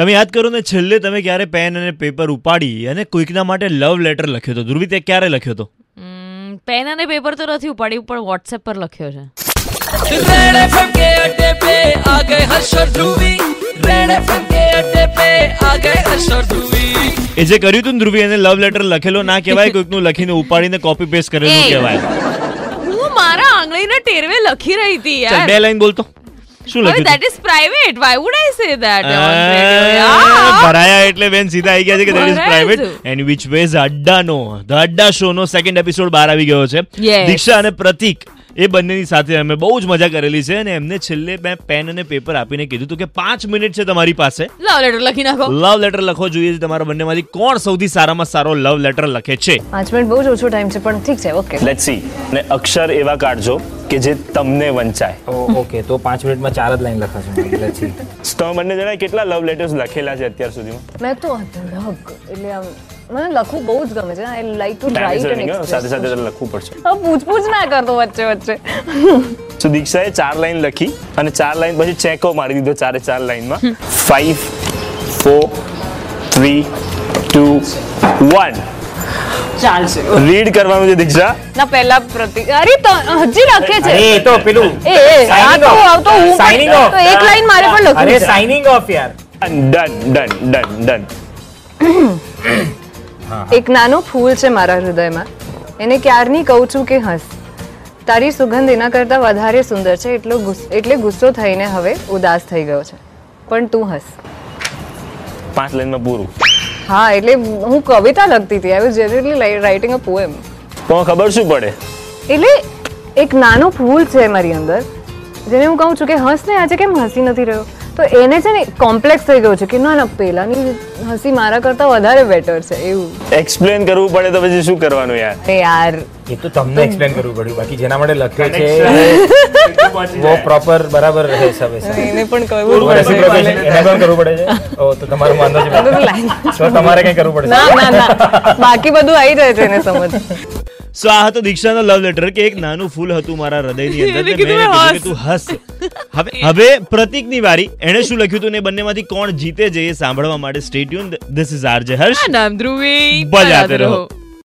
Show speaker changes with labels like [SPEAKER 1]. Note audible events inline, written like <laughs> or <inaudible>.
[SPEAKER 1] તમે યાદ કરો ને છેલ્લે તમે ક્યારે પેન અને પેપર ઉપાડી અને કોઈકના માટે લવ લેટર લખ્યો હતો ધ્રુવી તે ક્યારે લખ્યો હતો
[SPEAKER 2] પેન અને પેપર તો નથી ઉપાડ્યું પણ વોટ્સએપ પર લખ્યો છે
[SPEAKER 3] रेड एफएम के अड्डे पे आ गए हर्ष और ध्रुवी रेड एफएम के अड्डे पे आ गए हर्ष और ध्रुवी
[SPEAKER 1] એ જે કર્યું હતું ને ધ્રુવી એને લવ લેટર લખેલો ના કહેવાય કોઈકનું લખીને ઉપાડીને કોપી પેસ્ટ કરેલું
[SPEAKER 2] એ.
[SPEAKER 1] કહેવાય
[SPEAKER 2] હું મારા આંગળીના ટેરવે લખી રહી હતી
[SPEAKER 1] ચાલ,
[SPEAKER 2] યાર
[SPEAKER 1] બે લાઈન બોલતો શું
[SPEAKER 2] હવે
[SPEAKER 1] લખ્યું હતું?
[SPEAKER 2] That is private why would I say that
[SPEAKER 1] આ, ભરાયા એટલે બેન સીધા આવી ગયા છે કે દેટ ઇઝ
[SPEAKER 2] ભરાયા
[SPEAKER 1] પ્રાઇવેટ
[SPEAKER 2] છું.
[SPEAKER 1] એન્ડ વિચ વેઝ અડ્ડાનો ધ અડ્ડા શો નો સેકન્ડ એપિસોડ બહાર આવી ગયો છે
[SPEAKER 2] Yes.
[SPEAKER 1] દીક્ષા અને પ્રતિક એ બંનેની સાથે અમે બહુ જ મજા કરેલી છે અને એમને છેલ્લે મેં પેન અને પેપર આપીને કીધું હતું કે પાંચ મિનિટ છે તમારી પાસે
[SPEAKER 2] લવ લેટર લખી નાખો
[SPEAKER 1] લવ લેટર લખવો જોઈએ છે તમારા બંનેમાંથી કોણ સૌથી સારામાં સારો લવ લેટર લખે છે
[SPEAKER 4] પાંચ મિનિટ બહુ જ ઓછો ટાઈમ છે પણ ઠીક છે ઓકે
[SPEAKER 5] લેટ સી ને અક્ષર એવા કાઢજો કે જે તમને વંચાય
[SPEAKER 6] ઓકે તો પાંચ મિનિટમાં ચાર જ લાઈન લખાશે મને. એટલે છી.
[SPEAKER 5] <laughs> તો તમે બંને જણાએ કેટલા લવ લેટર્સ લખેલા છે અત્યાર સુધીમાં
[SPEAKER 4] મેં તો અધરગ એટલે આમ મને લખવું બહુ જ ગમે છે I like to
[SPEAKER 5] Time is
[SPEAKER 4] right
[SPEAKER 5] running,
[SPEAKER 4] and
[SPEAKER 5] હો. સાથે સાથે તારે લખવું પડશે
[SPEAKER 4] પૂછપૂછ ના કરતો વચ્ચે વચ્ચે
[SPEAKER 5] તો દીક્ષાએ ચાર લાઈન લખી અને ચાર લાઈન પછી ચેકો મારી દીધો ચારે ચાર લાઈનમાં five four three two one
[SPEAKER 4] ચાલશે
[SPEAKER 5] રીડ કરવાનું છે દીક્ષા
[SPEAKER 4] ના પહેલા પ્રતિ અરે તો હજી રાખે છે
[SPEAKER 6] અરે એ તો પેલું
[SPEAKER 4] એ એ આ
[SPEAKER 6] signing
[SPEAKER 4] તો
[SPEAKER 6] off.
[SPEAKER 4] આ તો હું પણ-
[SPEAKER 6] Signing off.
[SPEAKER 4] તો એક લાઈન મારે પણ
[SPEAKER 6] અરે
[SPEAKER 4] લખવી છે
[SPEAKER 6] સાઇનિંગ ઓફ યાર
[SPEAKER 5] ડન ડન ડન ડન
[SPEAKER 4] એક નાનો ફૂલ છે મારા હૃદયમાં એને ક્યારની કહું છું કે હસ તારી સુગંધ એના કરતાં વધારે સુંદર છે એટલો ગુસ- એટલે ગુસ્સો થઈને હવે ઉદાસ થઈ ગયો છે પણ તું હસ
[SPEAKER 5] પાંચ લાઈનમાં પૂરું
[SPEAKER 4] હા એટલે હું કવિતા લખતી હતી I was generally writing a poem
[SPEAKER 5] તો ખબર શું પડે
[SPEAKER 4] એટલે એક નાનો ફૂલ છે મારી અંદર જેને હું કહું છું કે હસ ને આજે કેમ હસી નથી રહ્યો તો એને છે ને કોમ્પ્લેક્સ થઈ ગયો છે કે ના ના પેલાની હસી મારા કરતાં વધારે બેટર છે એવું
[SPEAKER 5] એક્સપ્લેન કરવું પડે તો પછી શું કરવાનું યાર
[SPEAKER 4] અરે યાર
[SPEAKER 6] એ તો તમને explain કરવું પડ્યું બાકી જેના માટે લખ્યું છે
[SPEAKER 5] <laughs>
[SPEAKER 6] વો પ્રોપર બરાબર રહે છે હવે સાહેબ.
[SPEAKER 4] એને પણ
[SPEAKER 6] એને
[SPEAKER 4] કહેવું
[SPEAKER 6] પણ કરવું પડે છે ઓ તો તમારો વાંધો છે તો તમારે કઈ કરવું પડશે
[SPEAKER 4] ના ના ના બાકી બધું આવી જાય છે એને સમજ
[SPEAKER 1] સો આ હતો દીક્ષાનો લવ લેટર કે એક નાનું ફૂલ હતું મારા હૃદયની અંદર
[SPEAKER 2] એને
[SPEAKER 1] ને મેં
[SPEAKER 2] કીધું,
[SPEAKER 1] એને કીધું કે
[SPEAKER 2] "હસ."
[SPEAKER 1] તું હસ હવે હવે પ્રતિકની વારી એણે શું લખ્યું હતું ને એ બંનેમાંથી કોણ જીતે છે એ સાંભળવા માટે stay tune this is RJ Harsh
[SPEAKER 2] નામ ધ્રુવી
[SPEAKER 1] બજાતે રહો